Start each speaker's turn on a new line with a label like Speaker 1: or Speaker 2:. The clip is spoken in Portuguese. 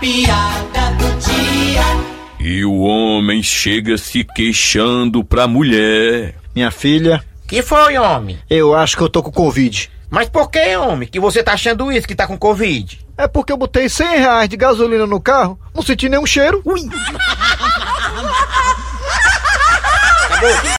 Speaker 1: piada do dia.
Speaker 2: E o homem chega se queixando pra mulher.
Speaker 3: Minha filha,
Speaker 4: Que foi, homem?
Speaker 3: eu acho que eu tô com Covid.
Speaker 4: Mas por que, homem, que você tá achando isso que tá com Covid?
Speaker 3: É porque eu botei 100 reais de gasolina no carro, não senti nenhum cheiro.
Speaker 4: Acabou.